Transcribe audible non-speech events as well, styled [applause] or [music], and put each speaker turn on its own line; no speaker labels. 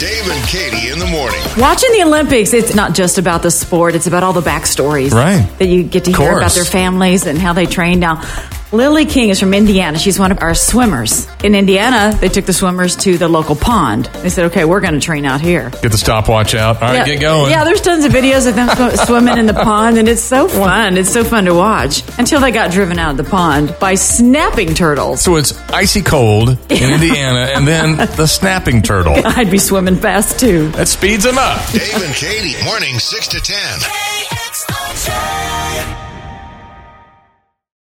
Dave and Katie in the morning.
Watching the Olympics, it's not just about the sport, it's about all the backstories
Right.
that you get to
Of
hear
course.
about their families and how they train. Now, Lily King is from Indiana. She's one of our swimmers. In Indiana, they took the swimmers to the local pond. They said, okay, we're going to train out here.
Get the stopwatch out. All right, get going.
Yeah, there's tons of videos of them sw- [laughs] swimming in the pond, and it's so fun. It's so fun to watch until they got driven out of the pond by snapping turtles.
so it's icy cold
[laughs]
in Indiana, and then the snapping turtle.
I'd be swimming fast too.
That speeds him up.
Dave and Katie, morning 6 to 10.